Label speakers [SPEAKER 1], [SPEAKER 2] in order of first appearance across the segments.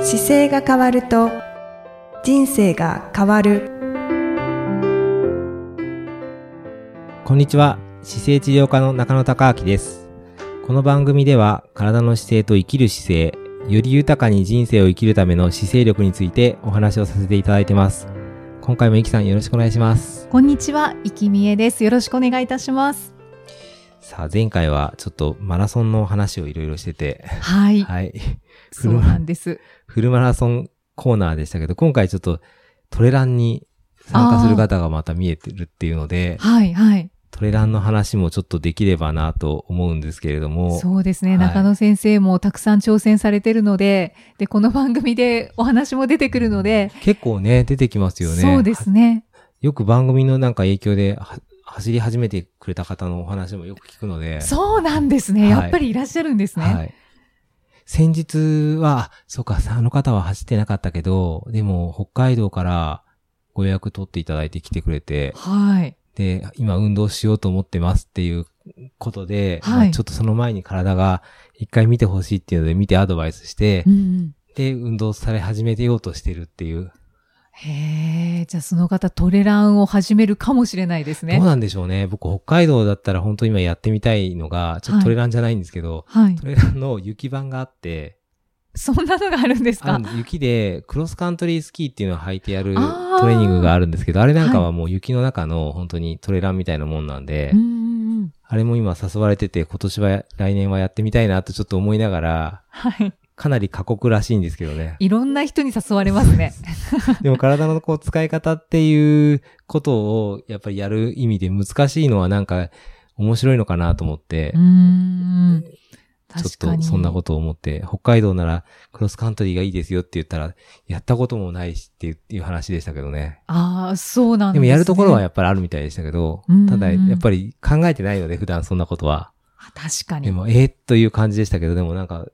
[SPEAKER 1] 姿勢が変わると人生が変わる
[SPEAKER 2] こんにちは。姿勢治療科の中野隆明です。この番組では、体の姿勢と生きる姿勢、より豊かに人生を生きるための姿勢力についてお話をさせていただいてます。今回もイキさんよろしくお願いします。
[SPEAKER 3] こんにちは、いきみえです。よろしくお願いいたします。
[SPEAKER 2] さあ、前回はちょっとマラソンの話をいろいろしてて、
[SPEAKER 3] はい、
[SPEAKER 2] はい。
[SPEAKER 3] そうなんです。
[SPEAKER 2] フルマラソンコーナーでしたけど、今回ちょっとトレランに参加する方がまた見えてるっていうので、
[SPEAKER 3] はい、はい。
[SPEAKER 2] トレランの話もちょっとできればなと思うんですけれども、
[SPEAKER 3] そうですね、
[SPEAKER 2] はい
[SPEAKER 3] 中野先生もたくさん挑戦されてるので、で、この番組でお話も出てくるので、
[SPEAKER 2] 結構ね、出てきますよね。
[SPEAKER 3] そうですね。
[SPEAKER 2] よく番組のなんか影響では走り始めてくれた方のお話もよく聞くので。
[SPEAKER 3] そうなんです
[SPEAKER 2] は
[SPEAKER 3] ね。
[SPEAKER 2] い
[SPEAKER 3] やっぱりいらっしゃるんですね。
[SPEAKER 2] はい。先日は、あそうか、あの方は走ってなかったけど、でも北海道からご予約取っていただいて来てくれて、
[SPEAKER 3] はい。
[SPEAKER 2] で、今運動しようと思ってますっていうことで、
[SPEAKER 3] はい
[SPEAKER 2] まあちょっとその前に体が一回見てほしいっていうので見てアドバイスして
[SPEAKER 3] う、ん
[SPEAKER 2] で、運動され始めてようとしてるっていう。
[SPEAKER 3] へえ、じゃあその方トレランを始めるかもしれないですね
[SPEAKER 2] どう。なんでしょうね。僕北海道だったら本当今やってみたいのが、ちょっと
[SPEAKER 3] はい
[SPEAKER 2] トレランじゃないんですけど、
[SPEAKER 3] はい
[SPEAKER 2] ト。レランの雪版があって、
[SPEAKER 3] そんなのがあるんです
[SPEAKER 2] あ
[SPEAKER 3] か
[SPEAKER 2] るんです雪でクロスカントリースキーっていうのを履いてやる
[SPEAKER 3] あー
[SPEAKER 2] トレーニングがあるんですけど、あれなんかはもう雪の中の本当にトレランみたいなもんなんで、
[SPEAKER 3] うんうんうん。
[SPEAKER 2] あれも今誘われてて今年は来年はやってみたいなとちょっと思いながら、
[SPEAKER 3] はい。
[SPEAKER 2] かなり過酷らしいんですけどね。
[SPEAKER 3] いろんな人に誘われますね。
[SPEAKER 2] でも体のこう使い方っていうことをやっぱりやる意味で難しいのはなんか面白いのかなと思って、
[SPEAKER 3] うーん。
[SPEAKER 2] ちょっ
[SPEAKER 3] 確か
[SPEAKER 2] と
[SPEAKER 3] に。
[SPEAKER 2] そんなことを思って、北海道ならクロスカントリーがいいですよって言ったら、やったこともないしっていうっていう話でしたけどね。
[SPEAKER 3] ああ、そうなん
[SPEAKER 2] で
[SPEAKER 3] です、ね。
[SPEAKER 2] もやるところはやっぱりあるみたいでしたけど
[SPEAKER 3] うんう、ん
[SPEAKER 2] ただやっぱり考えてないので普段そんなことは。
[SPEAKER 3] あ確か
[SPEAKER 2] で
[SPEAKER 3] に。
[SPEAKER 2] も、えー、という感じでしたけど、でもなんか、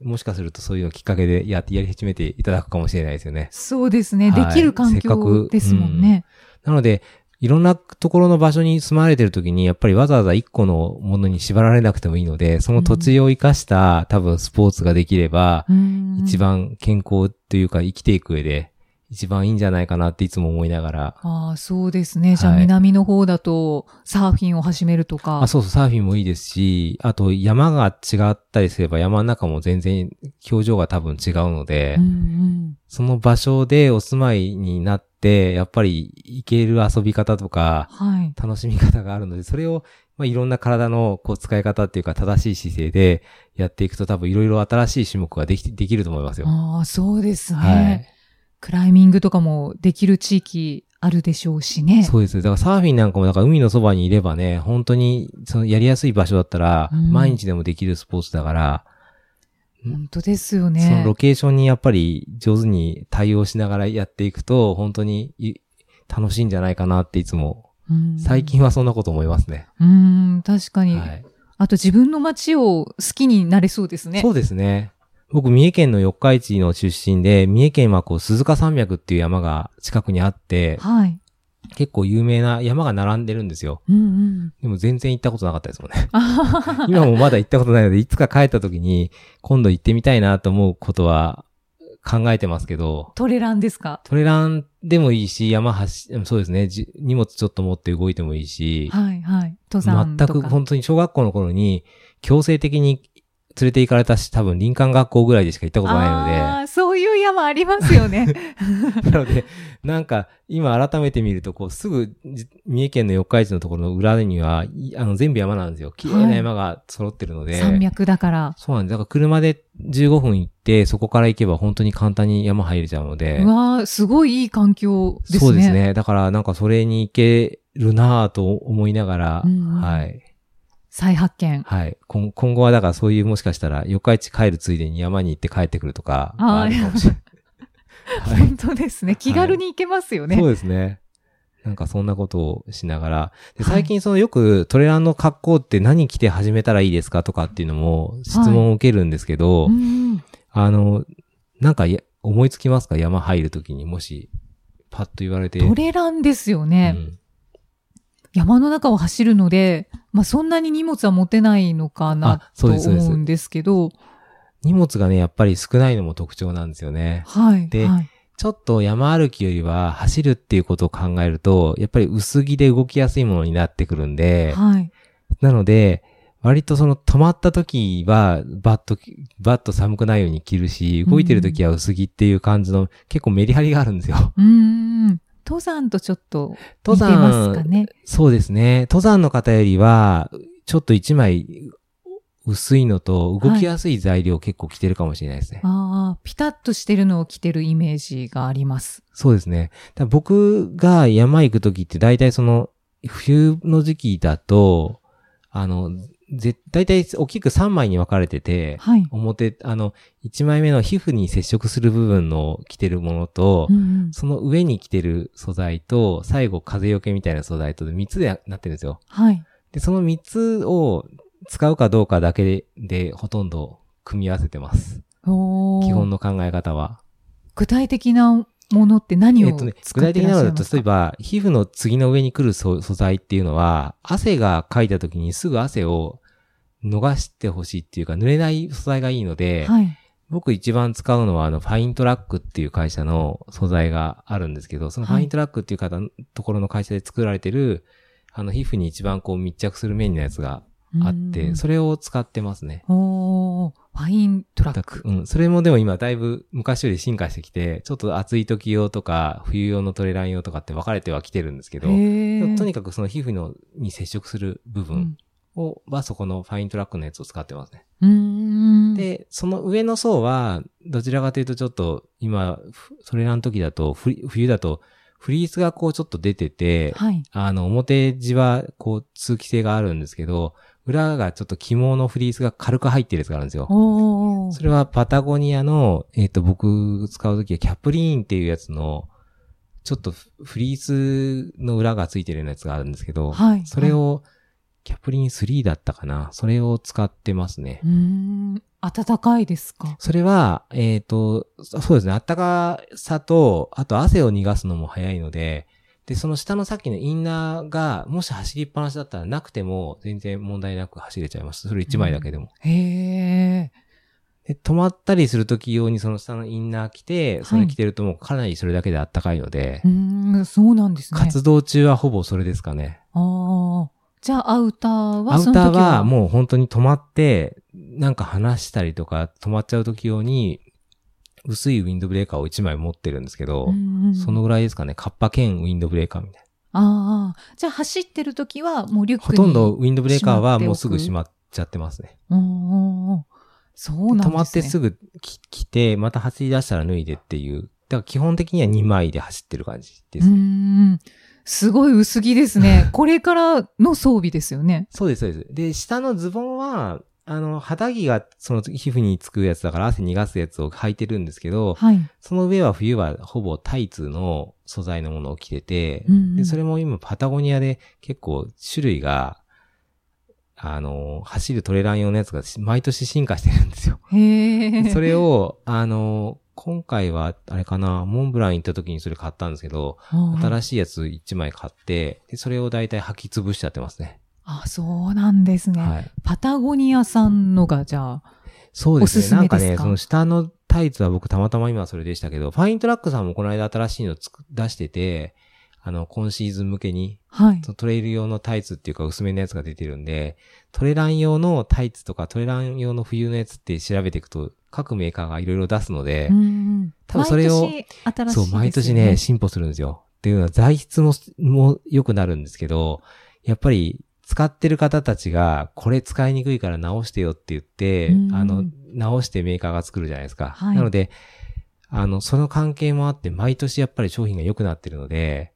[SPEAKER 2] もしかするとそういうのきっかけでやってやり始めていただくかもしれないですよね。
[SPEAKER 3] そうですね。
[SPEAKER 2] はい
[SPEAKER 3] できる環
[SPEAKER 2] せっかく
[SPEAKER 3] 境ですもんね。
[SPEAKER 2] なので、いろんなところの場所に住まわれてる時に、やっぱりわざわざ一個のものに縛られなくてもいいので、その土地を生かした多分スポーツができれば、
[SPEAKER 3] うん
[SPEAKER 2] 一。番健康というか生きていく上で一番いいんじゃないかなっていつも思いながら。
[SPEAKER 3] ああ、そうですね。じゃあ、
[SPEAKER 2] はい
[SPEAKER 3] 南の方だと、サーフィンを始めるとか。
[SPEAKER 2] あ、そうそう、サーフィンもいいですし、あと山が違ったりすれば山の中も全然表情が多分違うので、
[SPEAKER 3] うんうん。
[SPEAKER 2] その場所でお住まいになって、やっぱり行ける遊び方とか、
[SPEAKER 3] はい。
[SPEAKER 2] 楽しみ方があるので、それを、まあ、いろんな体のこう使い方っていうか正しい姿勢でやっていくと多分いろいろ新しい種目ができ、できると思いますよ。
[SPEAKER 3] ああ、そうですね、
[SPEAKER 2] はい。
[SPEAKER 3] クライミングとかもできる地域あるでしょうしね。
[SPEAKER 2] そうです。だからサーフィンなんかも、だから海のそばにいればね、本当に、そのやりやすい場所だったら、
[SPEAKER 3] うん
[SPEAKER 2] 毎日でもできるスポーツだから、
[SPEAKER 3] 本当ですよ
[SPEAKER 2] その
[SPEAKER 3] ね
[SPEAKER 2] ロ。ケーションにやっぱり上手に対応しながらやっていくと、本当にい楽しいんじゃないかなっていつも、
[SPEAKER 3] うん
[SPEAKER 2] 最。近はそんなこと思いますね。
[SPEAKER 3] うん、確かに、
[SPEAKER 2] はい。
[SPEAKER 3] あと自分の街を好きになれそうですね。
[SPEAKER 2] そうですね。僕、三重県の四日市の出身で、三重県はこう、鈴鹿山脈っていう山が近くにあって、
[SPEAKER 3] はい。
[SPEAKER 2] 結構有名な山が並んでるんですよ。
[SPEAKER 3] うんうん。
[SPEAKER 2] でも全然行ったことなかったですもんね。
[SPEAKER 3] あはは は
[SPEAKER 2] 今もまだ行ったことないので、いつか帰った時に、今度行ってみたいなと思うことは考えてますけど、
[SPEAKER 3] トレランですか
[SPEAKER 2] トレランでもいいし、山走、うんそうですね、じ荷物ちょっと持って動いてもいいし、
[SPEAKER 3] はいはい。登山
[SPEAKER 2] 全
[SPEAKER 3] とか。
[SPEAKER 2] く本当に小学校の頃に強制的に連れて行かれたし、多分林間学校ぐらいでしか行ったこと
[SPEAKER 3] あ
[SPEAKER 2] な
[SPEAKER 3] あ、そういう山あります よね。
[SPEAKER 2] いので、なので、なんか今改めて見ると、こうすぐじ三重県の四日市のところの裏には、いあの全部山なんですよ。綺麗な山が揃ってるので。
[SPEAKER 3] 山脈だから。
[SPEAKER 2] そうなんです。だから車で15分行って、そこから行けば本当に簡単に山入れちゃうので。
[SPEAKER 3] うわあ、すごいいい環境ですね。
[SPEAKER 2] そうです。ね。だからなんかそれに行けるなぁと思いながら、
[SPEAKER 3] うんうん
[SPEAKER 2] はい。
[SPEAKER 3] 再発見。
[SPEAKER 2] はい。今今後はだからそういうもしかしたら、四日市帰るついでに山に行って帰ってくるとか、
[SPEAKER 3] あー
[SPEAKER 2] あるかもしれない。はい
[SPEAKER 3] 本当ですね。気軽に行けます よね。
[SPEAKER 2] そうですね。なんかそんなことをしながら、で
[SPEAKER 3] はい
[SPEAKER 2] 最近そのよくトレランの格好って何着て始めたらいいですかとかっていうのも質問を受けるんですけど、
[SPEAKER 3] うん
[SPEAKER 2] あの、なんかや思いつきますか山入るときにもし、パッと言われて。
[SPEAKER 3] トレランですよね、
[SPEAKER 2] うん
[SPEAKER 3] 山の中を走るので、まあそんなに荷物は持てないのかな
[SPEAKER 2] あ
[SPEAKER 3] と
[SPEAKER 2] そうですそうです
[SPEAKER 3] 思うんですけど、
[SPEAKER 2] 荷物がね、やっぱり少ないのも特徴なんですよね。
[SPEAKER 3] はい。
[SPEAKER 2] で
[SPEAKER 3] はい、
[SPEAKER 2] ちょっと山歩きよりは走るっていうことを考えると、やっぱり薄着で動きやすいものになってくるんで、
[SPEAKER 3] はい。
[SPEAKER 2] なので、割とその止まった時は、バッと、バッと寒くないように着るし、動いてる時は薄着っていう感じの、結構メリハリがあるんですよ。
[SPEAKER 3] うーん。登山とちょっと似
[SPEAKER 2] 登
[SPEAKER 3] てますか
[SPEAKER 2] 山、
[SPEAKER 3] ね。
[SPEAKER 2] そうですね。登山の方よりは、ちょっと一枚薄いのと、動きやすい材料を結構着てるかもしれないですね。
[SPEAKER 3] ああ、ピタッとしてるのを着てるイメージがあります。
[SPEAKER 2] そうですね。だ僕が山行く時って大体その、冬の時期だと、あの、ぜ大体大きく3枚に分かれてて、
[SPEAKER 3] はい。
[SPEAKER 2] 表、あの、1枚目の皮膚に接触する部分の着てるものと
[SPEAKER 3] う、んうん
[SPEAKER 2] その上に着てる素材と、最後風よけみたいな素材とで3つでなってるんですよ。
[SPEAKER 3] はい。
[SPEAKER 2] で、その3つを使うかどうかだけで、でほとんど組み合わせてます。
[SPEAKER 3] おー
[SPEAKER 2] 基本の考え方は。
[SPEAKER 3] 具体的なものって何を
[SPEAKER 2] えっとね、具体的なのだと、例えば、皮膚の次の上に来る素素材っていうのは、汗がかいた時にすぐ汗を逃してほしいっていうか、濡れない素材がいいので、
[SPEAKER 3] はい。
[SPEAKER 2] 僕一番使うのは、あの、ファイントラックっていう会社の素材があるんですけど、そのファイントラックっていう方のところの会社で作られてる、あの、皮膚に一番こう密着する面のやつがあって、それを使ってますね。
[SPEAKER 3] れ。おーファイントラック。
[SPEAKER 2] うん。それもでも今だいぶ昔より進化してきて、ちょっと暑い時用とか、冬用のトレラン用とかって分かれてはきてるんですけど、でもとに
[SPEAKER 3] か
[SPEAKER 2] かくその皮膚のに接触する部
[SPEAKER 3] うん
[SPEAKER 2] 分を、はそこのファイントラックのやつを使ってますね。
[SPEAKER 3] うーん。
[SPEAKER 2] で、その上の層は、どちらかというとちょっと、今、ふトレランの時だと、ふり冬だと、フリースがこうちょっと出てて、
[SPEAKER 3] はい。
[SPEAKER 2] あの、表地はこう通気性があるんですけど、裏がちょっと肝のフリースが軽く入ってるやつがあるんですよ。
[SPEAKER 3] おー
[SPEAKER 2] それはパタゴニアの、えっ、と、僕使うときはキャプリーンっていうやつの、ちょっとフフリースの裏がついてるようなやつがあるんですけど、
[SPEAKER 3] はい。
[SPEAKER 2] それを、キャプリーン3だったかなそれを使ってますね。
[SPEAKER 3] うーん。暖かいですか。
[SPEAKER 2] それは、えっ、と、そそうですね、あったかさと、あと汗を逃がすのも早いので、で、その下のさっきのインナーが、もし走りっぱなしだったらなくても、全然問題なく走れちゃいます。それ1枚だけでも。
[SPEAKER 3] へえ。
[SPEAKER 2] で、止まったりするとき用にその下のインナー着て、それ着てるともうかなりそれだけであったかいので、
[SPEAKER 3] うーん、そうなんですね。
[SPEAKER 2] 活動中はほぼそれですかね。
[SPEAKER 3] ああ。じゃあ、アウターは
[SPEAKER 2] アウター
[SPEAKER 3] その時
[SPEAKER 2] はもう本当に止まって、なんか話したりとか、止まっちゃうとき用に、薄いウィンドブレーカーを1枚持ってるんですけど、
[SPEAKER 3] んん
[SPEAKER 2] そのぐらいですかね。カッパ兼ウィンドブレーカーみたいな。
[SPEAKER 3] ああ。じゃあ、走ってる時は、もうリュック
[SPEAKER 2] ほ
[SPEAKER 3] に。
[SPEAKER 2] とんどウィンドブレーカーはもうすぐ
[SPEAKER 3] し
[SPEAKER 2] 閉まっちゃってますね。
[SPEAKER 3] おーおーそうなんですね。
[SPEAKER 2] 止まってす
[SPEAKER 3] ぐ。
[SPEAKER 2] ぐき着て、また走り出したら脱いでっていう。だから基本的には2枚で走ってる感じですね。
[SPEAKER 3] ん。すごい薄着です ね。これからの装備ですよね。
[SPEAKER 2] そうです、そうです。で、下のズボンは、あの、肌着がその皮膚につくやつだから汗逃がすやつを履いてるんですけど、
[SPEAKER 3] はい。
[SPEAKER 2] その上は冬はほぼタイツの素材のものを着てて、
[SPEAKER 3] うん
[SPEAKER 2] でそれも今パタゴニアで結構種類が、あの、走るトレラン用のやつがし毎年進化してるんです よ。
[SPEAKER 3] へえ。
[SPEAKER 2] それを、あの、今回は、あれかな、モンブラン行った時にそれ買ったんですけど、
[SPEAKER 3] 新
[SPEAKER 2] 新しいやつ1枚買って、でそれを大体履き潰しちゃってますね。
[SPEAKER 3] あ、そうなんですね。
[SPEAKER 2] はい。
[SPEAKER 3] パタゴニアさんのが、じゃあ。
[SPEAKER 2] そうですね。
[SPEAKER 3] おすす
[SPEAKER 2] な
[SPEAKER 3] め
[SPEAKER 2] んか
[SPEAKER 3] で
[SPEAKER 2] ね、
[SPEAKER 3] すか
[SPEAKER 2] その下のタイツは僕たまたま今それでしたけど、ファイントラックさんもこの間新しいのつく出してて、あの、今シーズン向けに、
[SPEAKER 3] はい
[SPEAKER 2] そ。のトレイル用のタイツっていうか薄めのやつが出てるんで、トレラン用のタイツとかトレラン用の冬のやつって調べていくと、各メーカーがいろいろ出すので、
[SPEAKER 3] うん。
[SPEAKER 2] 多分それを
[SPEAKER 3] 毎年新しいです
[SPEAKER 2] そ
[SPEAKER 3] よ、
[SPEAKER 2] う、毎年ね、進歩するんですよ。っていうのは、材質も、も良くなるんですけど、やっぱり、使ってる方たちが、これ使いにくいから直してよって言って
[SPEAKER 3] う、ん
[SPEAKER 2] あの、直してメーカーが作るじゃないですか。
[SPEAKER 3] はい
[SPEAKER 2] なので、あの、その関係もあって、毎年やっぱり商品が良くなってるので、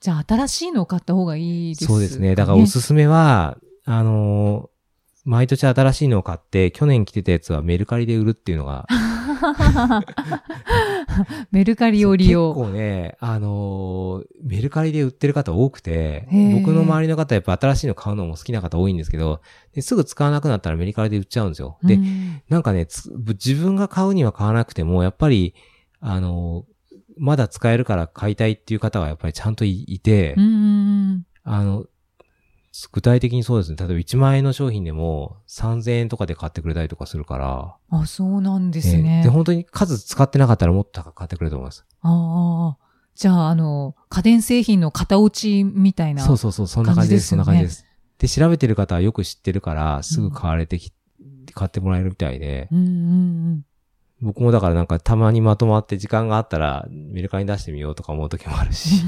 [SPEAKER 3] じゃあ、新しいのを買った方がいいです、
[SPEAKER 2] そうですね。だからおすすめは、あの、毎年新しいのを買って、去年着てたやつはメルカリで売るっていうのが、
[SPEAKER 3] メルカリを利
[SPEAKER 2] そ
[SPEAKER 3] 用。
[SPEAKER 2] う結構ね、あのーメルカリで売ってる方多くて
[SPEAKER 3] へ、ー
[SPEAKER 2] 僕の周りの方やっぱ新しいの買うのも好きな方多いんですけど、ですぐ使わなくなったらメルカリで売っちゃうんですよ。で、
[SPEAKER 3] うん
[SPEAKER 2] なんかね、つ自分が買うには買わなくても、やっぱり、あのーまだ使えるから買いたいっていう方がやっぱりちゃんといいて、
[SPEAKER 3] うん。
[SPEAKER 2] あの、具体的にそうですね。例えば1万円の商品でも3000円とかで買ってくれたりとかするから。
[SPEAKER 3] あ、そうなんです
[SPEAKER 2] ええ
[SPEAKER 3] ね。
[SPEAKER 2] で、本当に数使ってなかったらもっと高く買ってくれると思います。
[SPEAKER 3] ああ。じゃあ、あの、家電製品の型落ちみたいな。
[SPEAKER 2] そうそうそう、そんな感じです。そんな感
[SPEAKER 3] 感
[SPEAKER 2] じ
[SPEAKER 3] じ
[SPEAKER 2] で。
[SPEAKER 3] です
[SPEAKER 2] で、調べてる方はよく知ってるから、すぐ買われてき、買ってもらえるみたいで、
[SPEAKER 3] うんうんうん。
[SPEAKER 2] 僕もだからなんかたまにまとまって時間があったらメルカリに出してみようとか思う時もあるし。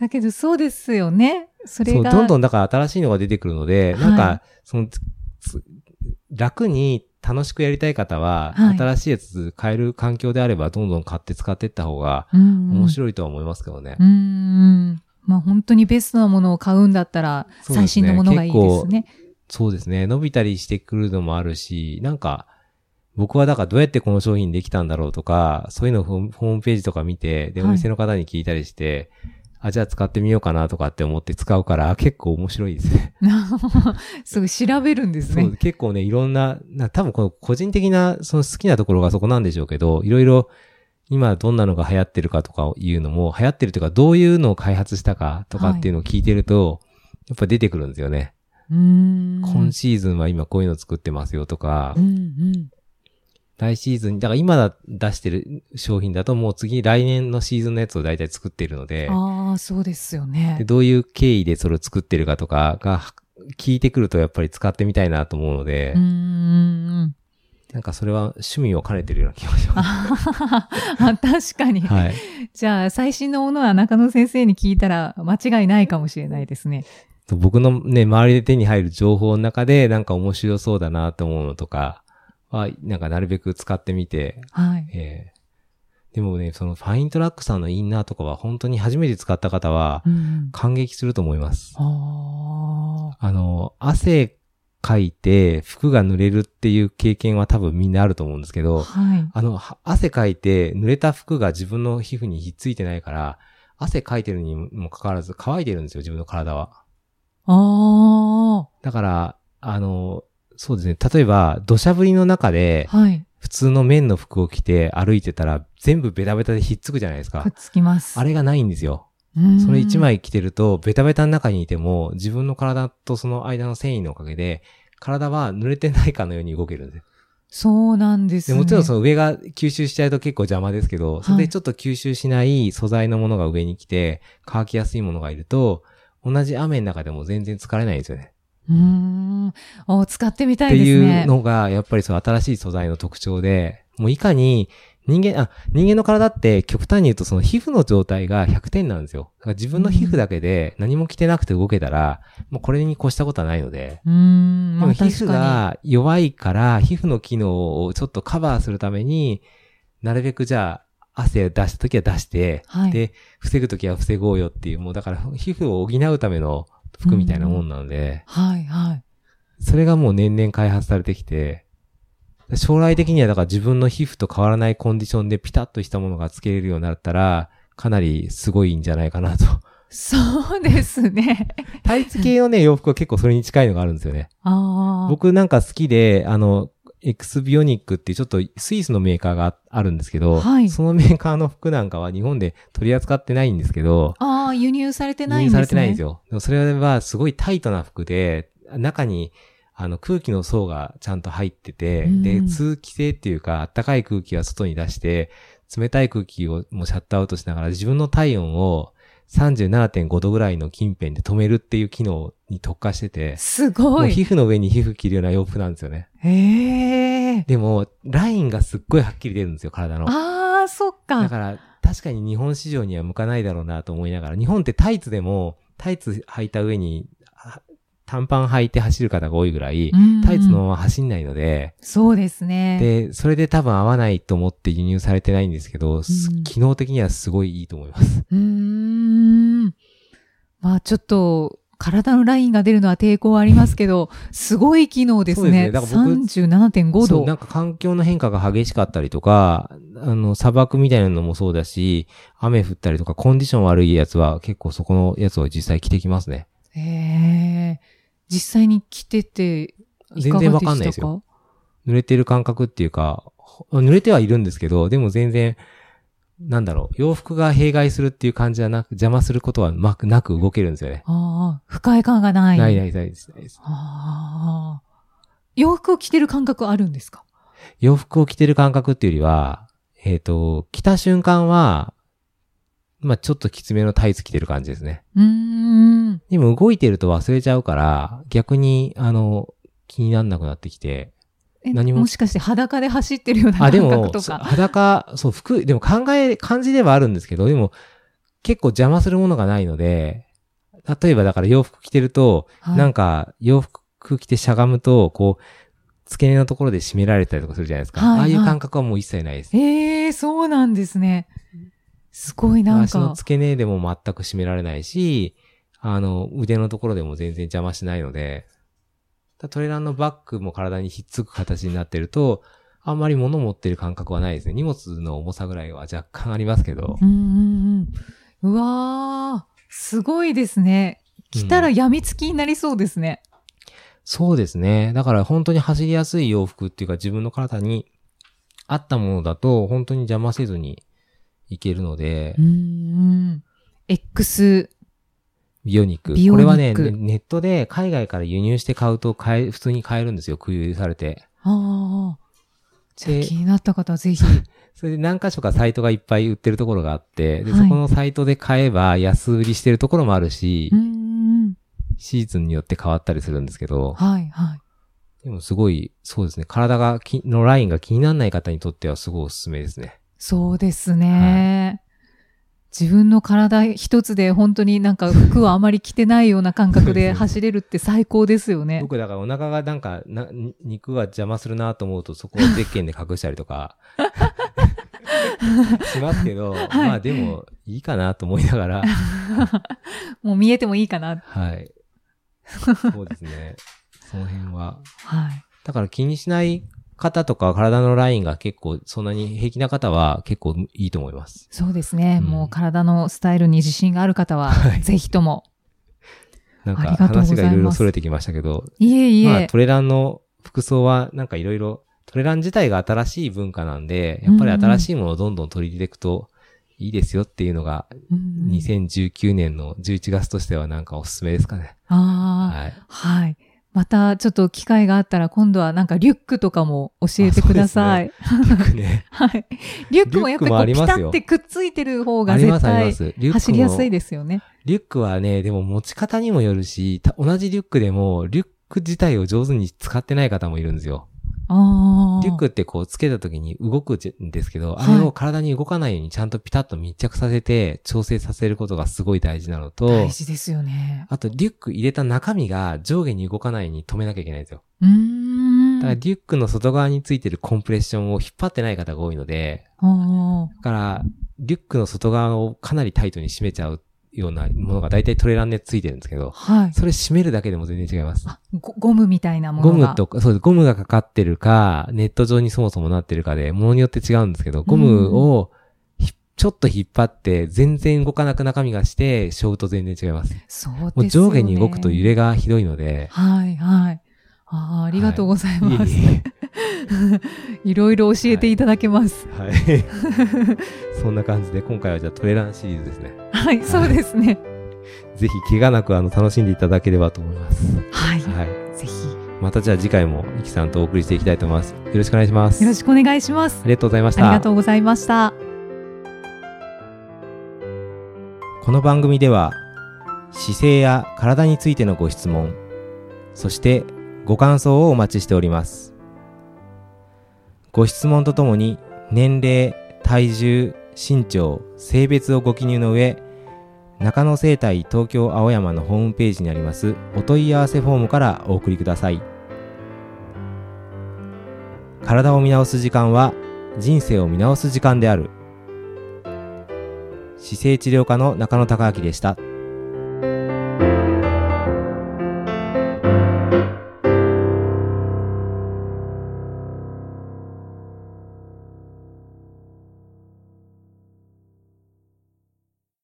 [SPEAKER 3] だけどそうですよね。それ
[SPEAKER 2] そう、
[SPEAKER 3] が。
[SPEAKER 2] どんどんだから新しいのが出てくるので、
[SPEAKER 3] はい
[SPEAKER 2] なんか、その、つつ楽に楽しくやりたい方は、
[SPEAKER 3] はい
[SPEAKER 2] 新しいやつ買える環境であれば、どんどん買って使っていった方が
[SPEAKER 3] うんうん、
[SPEAKER 2] 面白いとは思いますけどね。
[SPEAKER 3] うんうん。まあ本当にベストなものを買うんだったら、
[SPEAKER 2] そうですね
[SPEAKER 3] 最新のものがいいですね。
[SPEAKER 2] そうですね。伸びたりしてくるのもあるし、なんか、僕はだからどうやってこの商品できたんだろうとか、そういうのをホームホームページとか見て、で、お
[SPEAKER 3] はい
[SPEAKER 2] 店の方に聞いたりして、あ、じゃあ使ってみようかなとかって思って使うから、結構面白いですね。
[SPEAKER 3] すごい調べるんです
[SPEAKER 2] そう
[SPEAKER 3] ね。
[SPEAKER 2] 結構ね、いろんな、な多分この個人的な、その好きなところがそこなんでしょうけど、いろいろ、今どんなのが流行ってるかとかいうのも、流行ってるというか、どういうのを開発したかとかっていうのを聞いてると、やっぱ出てくるんですよね。
[SPEAKER 3] うーん。
[SPEAKER 2] 今シーズンは今こういうの作ってますよとか、
[SPEAKER 3] うんうん。
[SPEAKER 2] 来シーズン、だから今だ出してる商品だともう次来年のシーズンのやつを大体作ってるので、
[SPEAKER 3] ああ、そうですよ
[SPEAKER 2] で
[SPEAKER 3] ね。
[SPEAKER 2] どういう経緯でそれを作ってるかとかが聞いてくるとやっぱり使ってみたいなと思うので、
[SPEAKER 3] うーん。
[SPEAKER 2] なんかそれは趣味を兼ねてるような気がします。
[SPEAKER 3] ああ、確かに。
[SPEAKER 2] はい。
[SPEAKER 3] じゃあ、最新のものは中野先生に聞いたら間違いないかもしれないですね。
[SPEAKER 2] と僕のね、周りで手に入る情報の中でなんか面白そうだなと思うのとかは、なんかなるべく使ってみて、
[SPEAKER 3] はい。
[SPEAKER 2] えーでもね、そのファイントラックさんのインナーとかは本当に初めて使った方は
[SPEAKER 3] うん
[SPEAKER 2] 感激すると思います。
[SPEAKER 3] うん。ああ。
[SPEAKER 2] あの、汗かいて服が濡れるっていう経験は多分みんなあると思うんですけど、
[SPEAKER 3] はい。
[SPEAKER 2] あの、は汗かいて濡れた服が自分の皮膚にひっついてないから、汗かいてるにもかかわらず乾いてるんですよ、自分の体は。
[SPEAKER 3] あ
[SPEAKER 2] だから、あの、そうですね。例えば、土砂降りの中で
[SPEAKER 3] あ。、はい。
[SPEAKER 2] 普通の綿の服を着て歩いてたら、全部ベタベタでひっつくじゃないですか
[SPEAKER 3] くっ。つきます。
[SPEAKER 2] あれがないんですよ。
[SPEAKER 3] れ
[SPEAKER 2] それ一。枚着てると、ベタベタの中にいても、自分の体とその間の繊維のおかげで、体は濡れてないかのように動けるんです。
[SPEAKER 3] そうなんです
[SPEAKER 2] で
[SPEAKER 3] ね。
[SPEAKER 2] もちろんそ
[SPEAKER 3] の。
[SPEAKER 2] の上が吸収しちゃうと結構邪魔ですけど、それでちょっと吸収しない素材のものが上に来て、乾きやすいものがいると、同じ雨の中でも全然疲れないんですよね。
[SPEAKER 3] うーん。お、使ってみた
[SPEAKER 2] って
[SPEAKER 3] いです
[SPEAKER 2] いう
[SPEAKER 3] ね。
[SPEAKER 2] のが、やっぱりその新しい素材の特徴で、もういかに人間、あ、人間の体って極端に言うとその皮膚の状態が100点なんですよ。だから自分の皮膚だけで何も着てなくて動けたら、もうこれに越したことはないので。
[SPEAKER 3] うーん。
[SPEAKER 2] で
[SPEAKER 3] ま
[SPEAKER 2] も
[SPEAKER 3] あ
[SPEAKER 2] 皮膚
[SPEAKER 3] 確か
[SPEAKER 2] が弱いから、皮膚の機能をちょっとカバーするために、なるべくじゃあ、汗を出した時は出して、
[SPEAKER 3] に。はい。
[SPEAKER 2] で、防ぐ時は防ごうよっていう、もうだから皮膚を補うための服みたいなもんなので、
[SPEAKER 3] はい、はい。
[SPEAKER 2] それがもう年々開発されてきて、将来的にはだから自分の皮膚と変わらないコンディションでピタッとしたものがつけれるようになったら、かなりすごいんじゃないか なと。
[SPEAKER 3] そうですね。
[SPEAKER 2] タイツ系のね、洋服は結構それに近いのがあるんですよね。
[SPEAKER 3] ああ。
[SPEAKER 2] 僕なんか好きで、あの、エクスビオニックっていうちょっとスイスのメーカーがああるんですけど、
[SPEAKER 3] はい
[SPEAKER 2] そのメーカーの服なんかは日本で取り扱ってないんですけど、
[SPEAKER 3] ああ、輸入されてないん
[SPEAKER 2] 輸
[SPEAKER 3] ですね。
[SPEAKER 2] 入されてないんですよ。でもそれはすごいタイトな服で、中にあの空気の層がちゃんと入ってて、
[SPEAKER 3] うん
[SPEAKER 2] で、通気性っていうか、暖かい空気は外に出して、冷たい空気をもうシャットアウトしながら自分の体温を37.5度ぐらいの近辺で止めるっていう機能に特化してて、
[SPEAKER 3] す
[SPEAKER 2] も
[SPEAKER 3] ご
[SPEAKER 2] う皮
[SPEAKER 3] い。
[SPEAKER 2] 膚の上に皮膚着るような洋服なんですよね。
[SPEAKER 3] へえ。
[SPEAKER 2] でも、ラインがすっごいはっきり出るんですよ、体の。
[SPEAKER 3] ああ、そっ
[SPEAKER 2] だ
[SPEAKER 3] か。
[SPEAKER 2] から、確かに日本市場には向かないだろうなと思いながら、日本ってタイツでも、タイツ履いた上に、は短パン履いて走る方が多いぐらい、
[SPEAKER 3] うん
[SPEAKER 2] タイツのまま走んないので、
[SPEAKER 3] そうですね。
[SPEAKER 2] で、それで多分合わないと思って輸入されてないんですけど、す
[SPEAKER 3] うん
[SPEAKER 2] 機能的にはすごいいいと思います。
[SPEAKER 3] うーん。まあちょっと、体のラインが出るのは抵抗ありますけど、すごい機能です
[SPEAKER 2] そうですね
[SPEAKER 3] ね。
[SPEAKER 2] だから僕
[SPEAKER 3] 37.5
[SPEAKER 2] そう
[SPEAKER 3] 度
[SPEAKER 2] な。んか環境の変化が激しかったりとか、あの、砂漠みたいなのもそうだし、雨降ったりとか、コンディション悪いやつは結構そこのやつを実際着てきますね。
[SPEAKER 3] へえ。実際に着てて、い
[SPEAKER 2] 全
[SPEAKER 3] かがで
[SPEAKER 2] 然
[SPEAKER 3] したか
[SPEAKER 2] わかんないですよ。。濡れてる感覚っていうか、ほ濡れてはいるんですけど、でも全然、なんだろう、洋服が弊害するっていう感じはなく、邪魔することはうまくなく動けるんですよね。
[SPEAKER 3] ああ、不快感がない。
[SPEAKER 2] ないないないですないです。
[SPEAKER 3] ああ。洋服を着てる感覚あるんですか
[SPEAKER 2] 洋服を着てる感覚っていうよりは、えっ、と、着た瞬間は、まあちょっときつめのタイツ着てる感じですね。
[SPEAKER 3] うーん。
[SPEAKER 2] でも動いてると忘れちゃうから、逆に、あの、気になんなくなってきて。
[SPEAKER 3] え
[SPEAKER 2] 何も
[SPEAKER 3] もしかして裸で走ってるような
[SPEAKER 2] あ、
[SPEAKER 3] 感
[SPEAKER 2] で
[SPEAKER 3] 覚
[SPEAKER 2] も、
[SPEAKER 3] と
[SPEAKER 2] そ
[SPEAKER 3] か。
[SPEAKER 2] 裸、そう、服、でも考え、感じではあるんですけど、でも、結構邪魔するものがないので、例えばだから洋服着てると、
[SPEAKER 3] はい
[SPEAKER 2] なんか、洋服着てしゃがむと、こう、付け根のところで締められたりとかするじゃないですか。
[SPEAKER 3] はいはい
[SPEAKER 2] ああいう感覚はもう一切ないです。
[SPEAKER 3] ええそうなんですね。すごいなん
[SPEAKER 2] 足の
[SPEAKER 3] か。
[SPEAKER 2] 付け根でも全く締められないし、あの、腕のところでも全然邪魔しないので、トレーラーのバッグも体にひっつく形になってると、あんまり物持ってる感覚はないですね。荷物の重さぐらいは若干ありますけど。
[SPEAKER 3] うんうんうん。うわー、すごいですね。着たら
[SPEAKER 2] うん
[SPEAKER 3] やみつきになりそうですね。
[SPEAKER 2] そうですね。だから本当に走りやすい洋服っていうか自分の体に合ったものだと本当に邪魔せずにいけるので
[SPEAKER 3] う、ん、うん。X、
[SPEAKER 2] ビオニック。
[SPEAKER 3] ビオ
[SPEAKER 2] こ
[SPEAKER 3] ニ
[SPEAKER 2] れ
[SPEAKER 3] ック
[SPEAKER 2] はね、ねネットで海外から輸入して買うと買え、普通に買えるんですよ。空輸されて。
[SPEAKER 3] ああ。じゃあ
[SPEAKER 2] で
[SPEAKER 3] 気になった方は ぜひ。
[SPEAKER 2] それで何箇所かサイトがいっぱい売ってるところがあって、で、
[SPEAKER 3] はい
[SPEAKER 2] そこのサイトで買えば安売りしてるところもあるし
[SPEAKER 3] う、んうん。
[SPEAKER 2] シーズンによって変わったりするんですけど、
[SPEAKER 3] はいはい。
[SPEAKER 2] でもすごい、そうですね。体がき、のラインが気にならない方にとってはすごいおすすめですね。
[SPEAKER 3] そうですね。自分の体一つで本当になんか服はあまり着てないような感覚で走れるって最高ですよね。
[SPEAKER 2] 僕だからお腹がなんかな、に肉が邪魔するなと思うとそこをゼッケンで隠したりと か、しますけど、まあでもいいかなと思いながら、
[SPEAKER 3] もう見えてもいいかな。
[SPEAKER 2] はい。そうですね。その辺は。
[SPEAKER 3] はい。
[SPEAKER 2] だから気にしない方とか体のラインが結構そんなに平気な方は結構いいと思います。
[SPEAKER 3] そうですね。
[SPEAKER 2] うん
[SPEAKER 3] もう体のスタイルに自信がある方は、ぜひとも。
[SPEAKER 2] なん
[SPEAKER 3] あり
[SPEAKER 2] か
[SPEAKER 3] がとうございます
[SPEAKER 2] 話がいろいろ逸れてきましたけど、
[SPEAKER 3] いえいえ。
[SPEAKER 2] まあトレランの服装はなんかいろいろ、トレラン自体が新しい文化なんで、やっぱり新しいものをどんどん取り入れていくといいですよっていうのが、
[SPEAKER 3] うんうん
[SPEAKER 2] 2019年の11月としてはなんかおすすめですかね。
[SPEAKER 3] ああ、
[SPEAKER 2] はい。
[SPEAKER 3] はい。またちょっと機会があったら今度はなんかリュックとかも教えてください。
[SPEAKER 2] 僕 ね
[SPEAKER 3] はい。リュックもやっぱりこう
[SPEAKER 2] リ
[SPEAKER 3] ピ
[SPEAKER 2] ュックもあります
[SPEAKER 3] タ
[SPEAKER 2] よ
[SPEAKER 3] ってくっついてる方
[SPEAKER 2] あ
[SPEAKER 3] が
[SPEAKER 2] り
[SPEAKER 3] 絶
[SPEAKER 2] ますありま
[SPEAKER 3] 対
[SPEAKER 2] す。リュックも
[SPEAKER 3] 走りやすいですよね。
[SPEAKER 2] リュックはね、でも持ち方にもよるし、た同じリュックでも、リュック自体を上手に使ってない方もいるんですよ。
[SPEAKER 3] ああ。
[SPEAKER 2] リュックってこうつけた時に動くじんですけど、
[SPEAKER 3] はい
[SPEAKER 2] あれを体に動かないようにちゃんとピタッと密着させて調整させることがすごい大事なのと
[SPEAKER 3] 大、事ですよね。
[SPEAKER 2] あとリュック入れた中身が上下に動かないように止めなきゃいけないんですよ。
[SPEAKER 3] うーん。
[SPEAKER 2] だからリュックの外側についてるコンプレッションを引っ張ってない方が多いので、
[SPEAKER 3] あ
[SPEAKER 2] だからリュックの外側をかなりタイトに締めちゃうようなものが大体トレランでついてるんですけど
[SPEAKER 3] あ。、はい。
[SPEAKER 2] それ締めるだけでも全然違います。
[SPEAKER 3] あゴゴムみたいなもの
[SPEAKER 2] ゴ
[SPEAKER 3] が。
[SPEAKER 2] ムとか、そうです。ゴムがかかってるか、ネット上にそもそもなってるかで、ものによって違うんですけど、ゴムをひちょっと引っ張って、全然動かなく中身がして、しょうと全然違います。
[SPEAKER 3] そう
[SPEAKER 2] もう
[SPEAKER 3] ですよ
[SPEAKER 2] 上
[SPEAKER 3] ね
[SPEAKER 2] 下に動くと揺れがひどいので、
[SPEAKER 3] はいはい。ああ、ありがとうござい
[SPEAKER 2] い
[SPEAKER 3] ます。い、
[SPEAKER 2] え
[SPEAKER 3] ろいろ教えていただけます。
[SPEAKER 2] はい。 そんな感じで、今回はじゃあトレランシリーズですね。
[SPEAKER 3] はい、そうですね。
[SPEAKER 2] ぜひ、怪我なくあの、楽しんでいただければと思います。
[SPEAKER 3] はい、
[SPEAKER 2] はい。
[SPEAKER 3] ぜひ
[SPEAKER 2] またじゃあ次回も、いきさんとお送りしていきたいと思います。よろしくお願いします。
[SPEAKER 3] よろしくお願いします
[SPEAKER 2] あ。りがとうございまし
[SPEAKER 3] あり
[SPEAKER 2] た。
[SPEAKER 3] がとうございました。
[SPEAKER 2] この番組では姿勢や体についてのご質問そしてご感想をお待ちしておりますご質問とともに年齢体重身長性別をご記入の上中野生態東京青山のホームページにありますお問い合わせフォームからお送りください体を見直す時間は人生を見直す時間である姿勢治療科の中野孝明でした。